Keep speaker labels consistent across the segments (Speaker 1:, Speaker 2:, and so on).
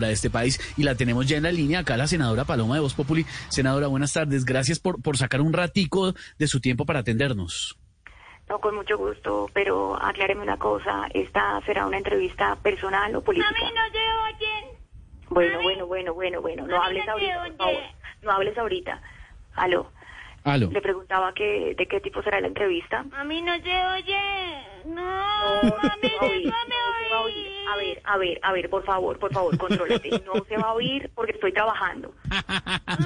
Speaker 1: de este país y la tenemos ya en la línea acá la senadora Paloma de Voz Populi. Senadora, buenas tardes. Gracias por, por sacar un ratico de su tiempo para atendernos.
Speaker 2: No, con mucho gusto, pero acláreme una cosa, ¿esta será una entrevista personal o política?
Speaker 3: Mami, no te oyen.
Speaker 2: bueno,
Speaker 3: mami.
Speaker 2: bueno, bueno, bueno, bueno, no
Speaker 3: Mami,
Speaker 2: hables
Speaker 3: no te
Speaker 2: ahorita, por
Speaker 3: oye.
Speaker 2: favor, no hables ahorita. Aló,
Speaker 1: Aló.
Speaker 2: le preguntaba que, de qué tipo será la entrevista.
Speaker 3: Mami, no te oye. No,
Speaker 2: No, no
Speaker 3: mami,
Speaker 2: se va a oír,
Speaker 3: déjame
Speaker 2: no se va a oír. A ver, a ver, a ver, por favor, por favor, contrólate. No se va a oír porque estoy trabajando.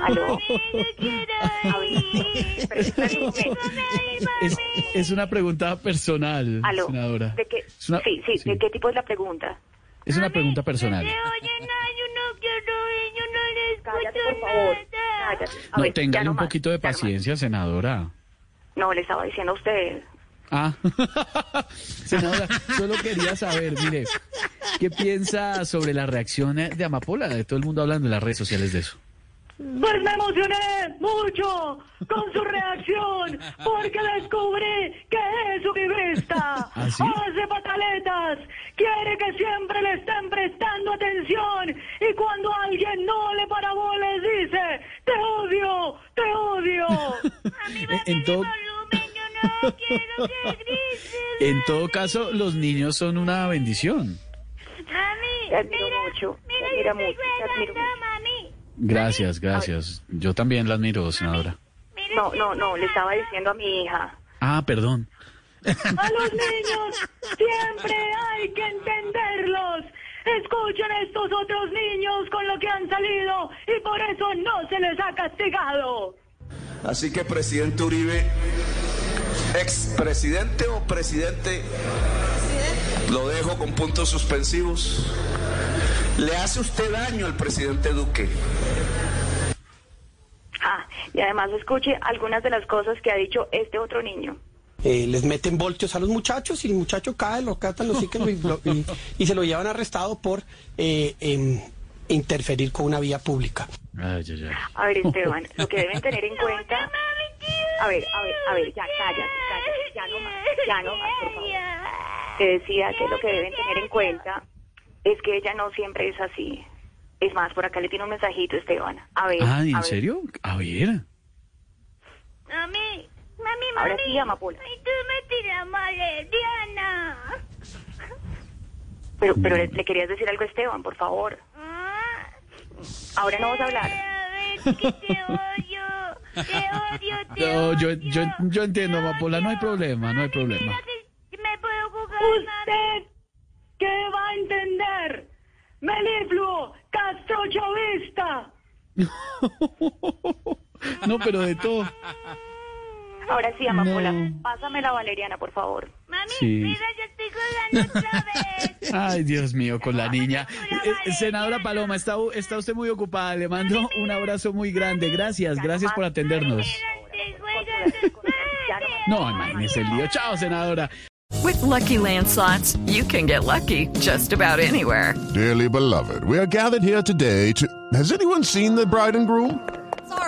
Speaker 2: Aló.
Speaker 3: Mami, yo quiero
Speaker 2: A ver,
Speaker 3: oír.
Speaker 2: espera, espera un momento.
Speaker 3: Déjame oír,
Speaker 1: Es,
Speaker 3: mami.
Speaker 1: es una pregunta personal,
Speaker 2: Aló.
Speaker 1: senadora.
Speaker 2: ¿De qué?
Speaker 1: Es una,
Speaker 2: sí, sí,
Speaker 1: sí.
Speaker 2: ¿de qué tipo es la pregunta?
Speaker 1: Es una pregunta
Speaker 3: No
Speaker 1: personal.
Speaker 3: te oye nada, yo no quiero oír, yo no le
Speaker 2: Cállate,
Speaker 3: escucho
Speaker 2: por favor.
Speaker 3: nada.
Speaker 2: Cállate. A
Speaker 1: No,
Speaker 2: ver, ya
Speaker 1: tengan
Speaker 2: no
Speaker 1: un
Speaker 2: más,
Speaker 1: poquito de
Speaker 2: ya no más.
Speaker 1: paciencia, senadora.
Speaker 2: No, le estaba diciendo a usted.
Speaker 1: Ah, senadora, solo quería saber, mire, ¿qué piensa sobre la reacción de Amapola? De todo el mundo hablando en las redes sociales de eso.
Speaker 4: Pues me emocioné mucho con su reacción, porque descubrí que es univista.
Speaker 1: ¿Ah, sí?
Speaker 4: Hace pataletas, quiere que siempre le estén prestando atención y cuando alguien no le para bolas dice, te odio, te odio.
Speaker 1: En-
Speaker 3: Mami,
Speaker 1: en
Speaker 3: bájale
Speaker 1: todo-
Speaker 3: volumen, yo no quiero que grites.
Speaker 1: En todo caso, los niños son una bendición.
Speaker 3: Mami,
Speaker 2: Te admiro
Speaker 3: mira,
Speaker 2: mucho, te
Speaker 3: mira,
Speaker 2: admiro mucho, te
Speaker 3: yo estoy
Speaker 2: admiro
Speaker 3: bailando,
Speaker 2: mucho.
Speaker 3: mami.
Speaker 1: Gracias, gracias. Yo también la admiro, senadora.
Speaker 3: Mira,
Speaker 2: No,
Speaker 3: estoy
Speaker 2: no, no, le estaba
Speaker 3: bailando.
Speaker 2: diciendo a mi hija.
Speaker 1: Ah, perdón.
Speaker 4: A los niños siempre hay que entenderlos. Escuchen estos otros niños con lo que han salido y por eso no se les ha castigado.
Speaker 5: Así que presidente Uribe, expresidente o presidente, lo dejo con puntos suspensivos. Le hace usted daño al presidente Duque.
Speaker 2: Ah, y además escuche algunas de las cosas que ha dicho este otro niño.
Speaker 6: Eh, les meten voltios a los muchachos y el muchacho cae, lo catan, lo siguen y, lo- y- y se lo llevan arrestado por eh, em, interferir con una vía pública.
Speaker 1: Ay, ay, ay.
Speaker 2: A ver, Esteban, lo que deben tener en cuenta... A ver, a ver, a ver, ya cállate, cállate, ya no más, ya no más, por favor. Te decía que lo que deben tener en cuenta es que ella no siempre es así. Es más, por acá le tiene un mensajito, Esteban. A ver,
Speaker 1: Ah,
Speaker 2: Eh, a
Speaker 1: ¿en
Speaker 2: ver.
Speaker 1: serio? A ver.
Speaker 3: Mami, mami, mami.
Speaker 2: Ahora sí, Amapola.
Speaker 3: Ay, tú me tiras mal, eh, Diana.
Speaker 2: Pero, pero le, le querías decir algo a Esteban, por favor.
Speaker 3: Ah,
Speaker 2: Ahora no vas a hablar.
Speaker 3: a ver, que te odio. Te odio, te
Speaker 1: No, yo,
Speaker 3: odio.
Speaker 1: yo, yo entiendo,
Speaker 3: te
Speaker 1: Amapola, no hay
Speaker 3: odio.
Speaker 1: problema, no hay
Speaker 3: Mami,
Speaker 1: problema.
Speaker 3: mira que Me puedo jugar, mami.
Speaker 4: ¿Usted qué va a entender? Melifluo, castrochovista.
Speaker 1: No, pero de todo.
Speaker 2: Ahora sí, Amapola,
Speaker 1: No.
Speaker 2: pásame la valeriana, por favor.
Speaker 3: Mami,
Speaker 1: Sí.
Speaker 3: mira, yo estoy jugando otra vez.
Speaker 1: Ay, Dios mío, con la niña. Eh, eh, senadora Paloma, está, está usted muy ocupada. Le mando un abrazo muy grande. Gracias, gracias por atendernos.
Speaker 3: Te juegas otra vez.
Speaker 1: No, imagínese el lío. Chao, senadora.
Speaker 7: With Lucky Land slots, you can get lucky just about anywhere.
Speaker 8: Dearly beloved, we are gathered here today to. Has anyone seen the bride and groom?